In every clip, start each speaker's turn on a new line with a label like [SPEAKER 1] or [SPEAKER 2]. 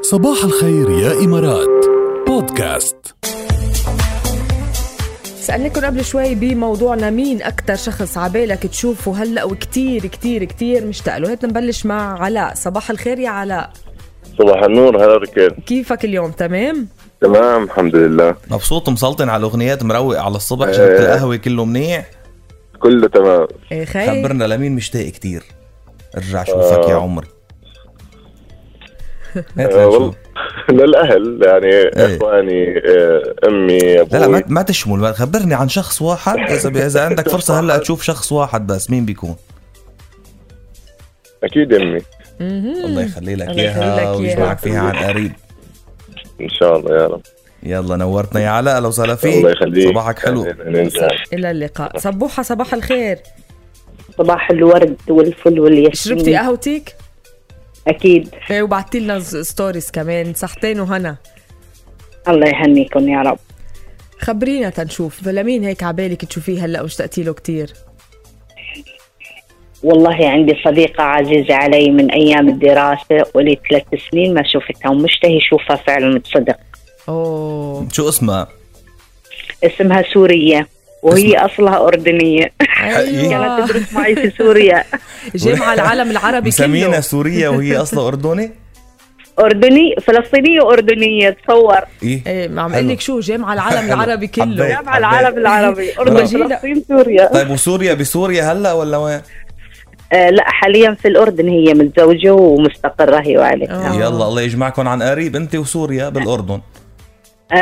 [SPEAKER 1] صباح الخير يا إمارات بودكاست
[SPEAKER 2] سألناكم قبل شوي بموضوعنا مين أكثر شخص عبالك تشوفه هلا وكتير كتير كتير مشتاق له، هات نبلش مع علاء، صباح الخير يا علاء،
[SPEAKER 3] صباح النور هلا ركيل
[SPEAKER 2] كيفك اليوم تمام؟
[SPEAKER 3] تمام الحمد لله
[SPEAKER 4] مبسوط مسلطن على الاغنيات مروق على الصبح شربت
[SPEAKER 3] إيه.
[SPEAKER 4] القهوه كله منيح
[SPEAKER 3] كله تمام
[SPEAKER 2] إيه خير؟
[SPEAKER 4] خبرنا لمين مشتاق كتير ارجع شوفك يا عمري هات
[SPEAKER 3] آه. آه،
[SPEAKER 4] لنشوف.
[SPEAKER 3] والله. للاهل يعني
[SPEAKER 4] إيه.
[SPEAKER 3] اخواني آه، امي
[SPEAKER 4] لا لا ما,
[SPEAKER 3] ابوي
[SPEAKER 4] ما تشمل ما خبرني عن شخص واحد اذا ب- اذا عندك فرصه هلا تشوف شخص واحد بس مين بيكون
[SPEAKER 3] اكيد امي
[SPEAKER 2] مهم.
[SPEAKER 4] الله يخلي لك
[SPEAKER 2] الله يخلي لك
[SPEAKER 4] اياها
[SPEAKER 2] إياها.
[SPEAKER 4] ويجمعك فيها عن قريب
[SPEAKER 3] ان شاء الله يا رب
[SPEAKER 4] يلا نورتنا يا علاء اهلا وسهلا
[SPEAKER 3] الله
[SPEAKER 4] فيك
[SPEAKER 3] يخليك
[SPEAKER 4] صباحك حلو
[SPEAKER 3] يعني ننجح.
[SPEAKER 2] إلى اللقاء، صبوحة صباح الخير،
[SPEAKER 5] صباح الورد والفل والياسمين
[SPEAKER 2] شربتي قهوتك؟
[SPEAKER 5] اكيد
[SPEAKER 2] إيه وبعتي لنا ز- ستوريز كمان، صحتين وهنا،
[SPEAKER 5] الله يهنيكم يا رب
[SPEAKER 2] خبرينا تنشوف لمين هيك عبالك تشوفيه هلا واشتقتي له كتير؟
[SPEAKER 5] والله عندي صديقة عزيزة علي من أيام الدراسة ولي ثلاث سنين ما شفتها ومشتهي شوفها فعلا صدق
[SPEAKER 2] أوه
[SPEAKER 4] شو اسمها
[SPEAKER 5] اسمها سورية وهي أصلها أردنية كانت
[SPEAKER 2] أيوة
[SPEAKER 5] تدرس معي في سوريا
[SPEAKER 2] جامعة العالم العربي
[SPEAKER 4] مسمينا
[SPEAKER 2] كله
[SPEAKER 4] سوريا وهي اصلا اردني
[SPEAKER 5] أردني فلسطينية وأردنية تصور
[SPEAKER 4] ايه
[SPEAKER 2] إيه عم
[SPEAKER 4] حلو.
[SPEAKER 2] أقول لك شو جامعة العالم العربي كله
[SPEAKER 4] حبيت.
[SPEAKER 5] جامعة العالم العربي أردن
[SPEAKER 2] وجيلة.
[SPEAKER 5] فلسطين سوريا
[SPEAKER 4] طيب وسوريا بسوريا هلا ولا وين
[SPEAKER 5] آه لا حاليا في الأردن هي متزوجة ومستقرة هي وعلي
[SPEAKER 2] آه.
[SPEAKER 4] يلا الله يجمعكم عن قريب انت وسوريا بالاردن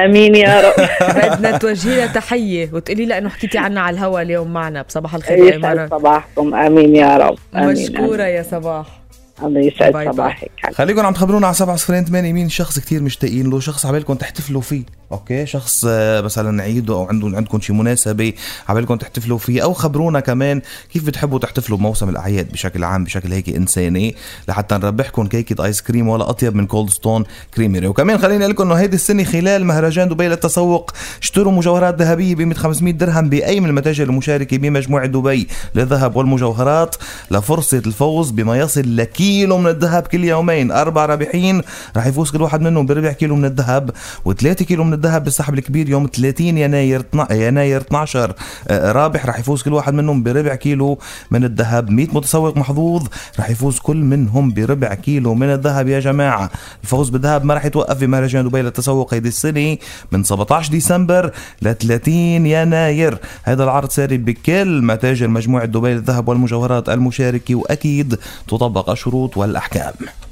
[SPEAKER 5] آمين يا رب
[SPEAKER 2] بدنا توجهي لها تحيه وتقولي لها انه حكيتي عنا على الهوا اليوم معنا بصباح الخير يا
[SPEAKER 5] يسعد
[SPEAKER 2] امارات
[SPEAKER 5] صباحكم آمين يا رب إيه، طيب. آمين
[SPEAKER 2] مشكوره يا صباح
[SPEAKER 5] الله
[SPEAKER 2] باي
[SPEAKER 5] يسعد
[SPEAKER 2] باي.
[SPEAKER 5] صباحك
[SPEAKER 4] خليكم عم تخبرونا على 708 مين شخص كتير مشتاقين له شخص عبالكم تحتفلوا فيه اوكي شخص آه، مثلا عيد او عندهم عندكم شي مناسبه عبالكم تحتفلوا فيه او خبرونا كمان كيف بتحبوا تحتفلوا بموسم الاعياد بشكل عام بشكل هيك انساني لحتى نربحكم كيكه ايس كريم ولا اطيب من كولد ستون كريميري وكمان خليني اقول لكم انه هيدي السنه خلال مهرجان دبي للتسوق اشتروا مجوهرات ذهبيه بقيمه 500 درهم باي من المتاجر المشاركه بمجموعه دبي للذهب والمجوهرات لفرصه الفوز بما يصل لكيلو من الذهب كل يومين اربع رابحين رح يفوز كل واحد منهم بربع كيلو من الذهب و3 كيلو من الذهب بالسحب الكبير يوم 30 يناير 12 يناير 12 آه، رابح رح يفوز كل واحد منهم بربع كيلو من الذهب 100 متسوق محظوظ رح يفوز كل منهم بربع كيلو من الذهب يا جماعه الفوز بالذهب ما رح يتوقف في مهرجان دبي للتسوق هيدي السنه من 17 ديسمبر ل 30 يناير هذا العرض ساري بكل متاجر مجموعه دبي للذهب والمجوهرات المشاركه واكيد تطبق الشروط والاحكام